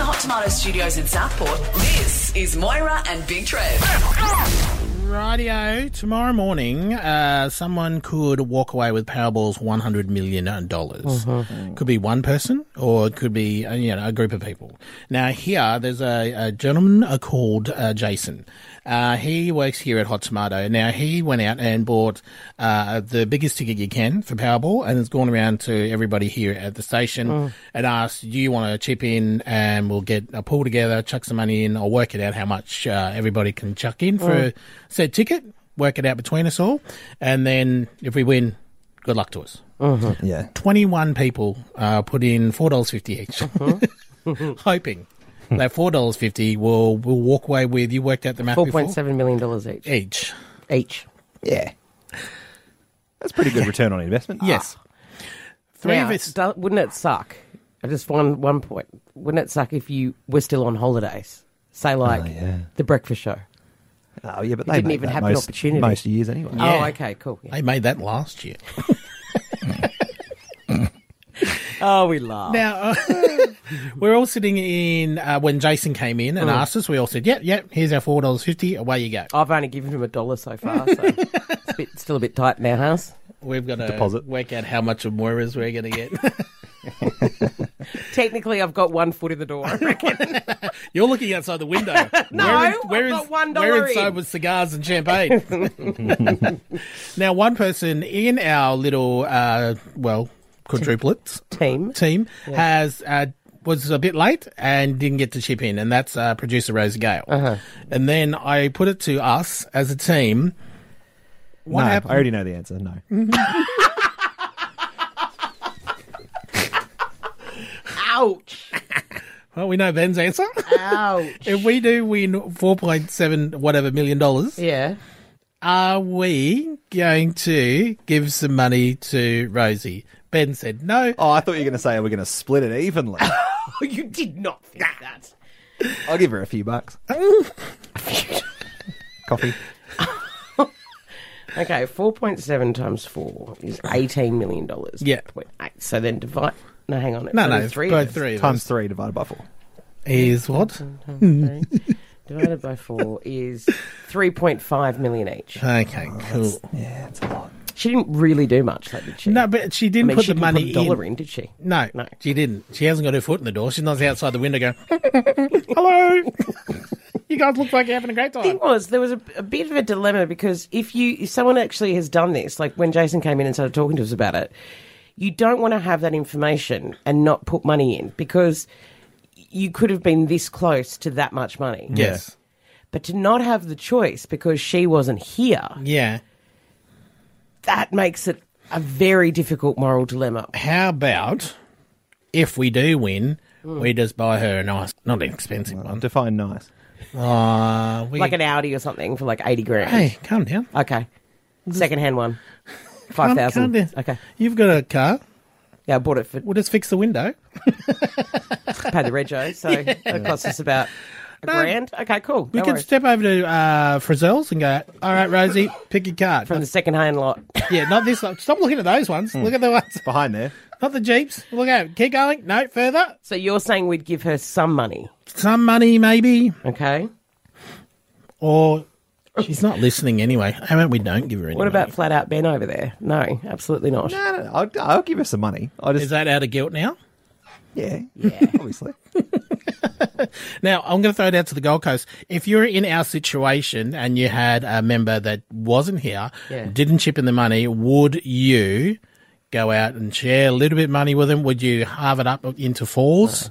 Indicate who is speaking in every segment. Speaker 1: Hot Tomato Studios in Southport, this is Moira and Big Trev.
Speaker 2: Radio. Tomorrow morning, uh, someone could walk away with Powerball's one hundred million dollars. Could be one person, or it could be uh, you know a group of people. Now here, there's a, a gentleman uh, called uh, Jason. Uh, he works here at Hot Tomato. Now he went out and bought uh, the biggest ticket you can for Powerball, and it's gone around to everybody here at the station
Speaker 3: Mm.
Speaker 2: and asked, "Do you want to chip in, and we'll get a pool together, chuck some money in, or work it out how much uh, everybody can chuck in for
Speaker 3: Mm.
Speaker 2: said ticket, work it out between us all, and then if we win, good luck to us."
Speaker 3: Mm-hmm.
Speaker 4: Yeah.
Speaker 2: 21 people uh, put in $4.50 each,
Speaker 3: Mm-hmm.
Speaker 2: hoping that $4.50 will, will walk away with, you worked out the math
Speaker 3: Four
Speaker 2: before?
Speaker 3: point seven million dollars each.
Speaker 2: Each.
Speaker 3: Each.
Speaker 4: Yeah. That's pretty good return on investment.
Speaker 3: Ah.
Speaker 4: Uh,
Speaker 2: Yes. Three
Speaker 3: now,
Speaker 2: of us.
Speaker 3: do- wouldn't it suck? I just one one point. Wouldn't it suck if you were still on holidays? Say like
Speaker 4: yeah.
Speaker 3: the Breakfast Show.
Speaker 4: Oh, yeah, but
Speaker 3: It
Speaker 4: they
Speaker 3: didn't
Speaker 4: make
Speaker 3: even
Speaker 4: that
Speaker 3: have an
Speaker 4: most,
Speaker 3: opportunity.
Speaker 4: Most years anyway.
Speaker 2: Yeah.
Speaker 3: Oh, okay, cool. Yeah.
Speaker 2: They made that last year.
Speaker 3: Oh, we laugh.
Speaker 2: Now, uh, we're all sitting in, uh, when Jason came in and asked us, we all said, yep, yep, here's our $4.50, away you go.
Speaker 3: I've only given him a dollar so far, so it's a bit, still a bit tight now, house.
Speaker 2: We've got to
Speaker 4: Deposit.
Speaker 2: work out how much of Moira's we're going to get.
Speaker 3: Technically, I've got one foot in the door. I reckon.
Speaker 2: You're looking outside the window. no,
Speaker 3: I've got one dollar
Speaker 2: We're inside
Speaker 3: in.
Speaker 2: with cigars and champagne. now, one person in our little, uh, well, quadruplets
Speaker 3: Team.
Speaker 2: team has uh, was a bit late and didn't get to chip in, and that's uh, producer Rose Gale. And then I put it to us as a team. What
Speaker 4: no, I
Speaker 2: happened?
Speaker 4: already know the answer. No.
Speaker 3: Ouch!
Speaker 2: Well, we know Ben's answer.
Speaker 3: Ouch!
Speaker 2: if we do win four point seven whatever million dollars,
Speaker 3: yeah.
Speaker 2: are we going to give some money to Rosie? Ben said no.
Speaker 4: Oh, I thought you were going to say we're going to split it evenly.
Speaker 3: Oh, you did not think that.
Speaker 4: I'll give her a few bucks. Coffee.
Speaker 3: Okay, four point seven times four is eighteen million dollars.
Speaker 2: Yeah.
Speaker 3: Point eight. So then divide. No, hang on.
Speaker 2: No, no,
Speaker 3: it's
Speaker 2: three
Speaker 3: three.
Speaker 2: by
Speaker 3: of us.
Speaker 2: three of
Speaker 4: Times
Speaker 2: us.
Speaker 4: three divided by four.
Speaker 2: is what?
Speaker 3: Times three divided by four is three point five million each.
Speaker 2: Okay, cool.
Speaker 4: Yeah, it's a lot.
Speaker 3: She didn't really do much, though, did she?
Speaker 2: No, but she
Speaker 3: I
Speaker 2: didn't
Speaker 3: mean,
Speaker 2: put
Speaker 3: she
Speaker 2: the
Speaker 3: didn't
Speaker 2: money
Speaker 3: put a dollar
Speaker 2: in.
Speaker 3: in, did she?
Speaker 2: No,
Speaker 3: No.
Speaker 2: she didn't. She hasn't got her foot in the door. She's not outside the window going, "Hello, you guys look like you're having a great time."
Speaker 3: thing was there was a, a bit of a dilemma because if you if someone actually has done this, like when Jason came in and started talking to us about it, you don't want to have that information and not put money in because you could have been this close to that much money.
Speaker 2: Yes,
Speaker 3: But to not have the choice because she wasn't here,
Speaker 2: yeah.
Speaker 3: that makes it a very difficult moral dilemma.
Speaker 2: How about if we do win, we just buy her a nice, not an expensive one.
Speaker 4: Define nice.
Speaker 2: Uh, we,
Speaker 3: Like an Audi or something for like eighty grand.
Speaker 2: hey, calm down.
Speaker 3: Okay. Second hand one. Five
Speaker 2: Calm- calm
Speaker 3: thousand.
Speaker 2: down.
Speaker 3: Okay.
Speaker 2: You've got a car.
Speaker 3: Yeah, I bought it for
Speaker 2: We'll just fix the window.
Speaker 3: pay the rego, so it costs us about a grand. Okay, cool.
Speaker 2: We
Speaker 3: No
Speaker 2: can
Speaker 3: worries.
Speaker 2: step over to uh, Frizzell's and go, all right, Rosie, pick your card.
Speaker 3: from the second hand lot.
Speaker 2: yeah, not this one. Stop looking at those ones. Look at the ones.
Speaker 4: Behind there.
Speaker 2: Not the Jeeps. Look out. Keep going. No, further.
Speaker 3: so you're saying we'd give her some money,
Speaker 2: Some money, maybe.
Speaker 3: okay?
Speaker 2: Or she's not listening anyway. How about we don't give her any
Speaker 3: What about
Speaker 2: money?
Speaker 3: flat out Ben over there? No, absolutely not.
Speaker 4: No, no, no, I'll, I'll give her some money. I just
Speaker 2: Is that out of guilt now?
Speaker 4: yeah, yeah, obviously.
Speaker 2: Now, I'm going to throw it out to the Gold Coast. If you're in our situation and you had a member that wasn't here,
Speaker 3: Yeah.
Speaker 2: didn't chip in the money, would you go out and share a little bit of money with them? Would you halve it up into fours?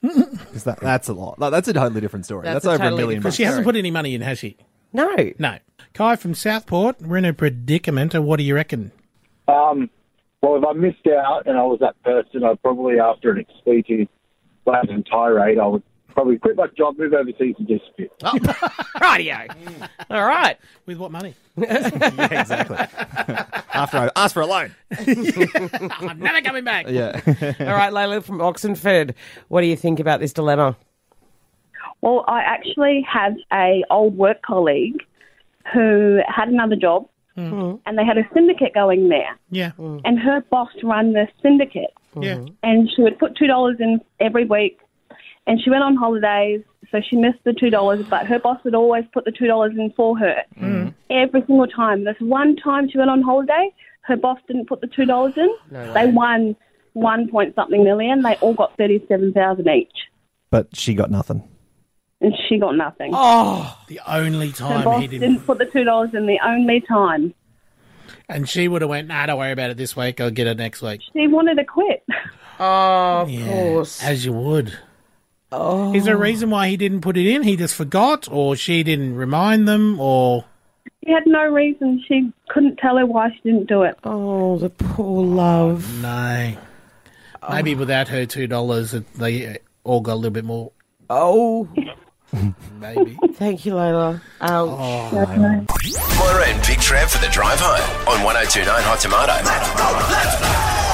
Speaker 4: Because that, that's a lot. Like, that's a totally different story.
Speaker 3: That's
Speaker 4: That's,
Speaker 3: a
Speaker 4: over
Speaker 3: totally
Speaker 4: a million.
Speaker 3: different
Speaker 4: bucks.
Speaker 2: She hasn't
Speaker 3: Sorry.
Speaker 2: put any money in, has she?
Speaker 3: No.
Speaker 2: No. Kai from Southport, we're in a predicament. And what do you reckon?
Speaker 5: Um, well, if I missed out and I was that person, I'd probably, after an expletive and tirade, I would probably quit my job, move overseas, and just spit.
Speaker 3: Radio.
Speaker 2: Mm.
Speaker 3: All right.
Speaker 2: With what money?
Speaker 4: yeah, exactly. After I asked for a loan.
Speaker 2: I'm never coming back.
Speaker 4: Yeah.
Speaker 3: All right, Layla from Oxenford. What do you think about this dilemma?
Speaker 6: Well, I actually have a old work colleague who had another job, and they had a syndicate going there,
Speaker 2: Yeah.
Speaker 6: and her boss run the syndicate,
Speaker 2: Yeah.
Speaker 3: Mm-hmm.
Speaker 6: and she would put two dollars in every week, and she went on holidays, so she missed the two dollars. But her boss would always put the two dollars in for her every single time. This one time she went on holiday, her boss didn't put the two dollars in. they won one point something million. They all got thirty-seven thousand each,
Speaker 4: But she got nothing.
Speaker 6: and she got nothing.
Speaker 2: The only
Speaker 6: her
Speaker 2: time
Speaker 6: boss
Speaker 2: he
Speaker 6: didn't...
Speaker 2: didn't,
Speaker 6: put the two dollars in. The only time
Speaker 2: and she would have went, nah, don't worry about it this week. I'll get it next week.
Speaker 6: she wanted to quit.
Speaker 3: Oh, of
Speaker 2: Yeah,
Speaker 3: course.
Speaker 2: as you would. Oh. Is there a reason why he didn't put it in? He just forgot, or she didn't remind them, or
Speaker 6: She had no reason. She couldn't tell her why she didn't do it.
Speaker 3: Oh, the poor love.
Speaker 2: no? Maybe without her two dollars, they all got a little bit more.
Speaker 3: Oh,
Speaker 2: Maybe.
Speaker 3: thank you, Layla. Um, Ouch.
Speaker 7: Moira and Big Trav for the drive home on 1029 Hot Tomato.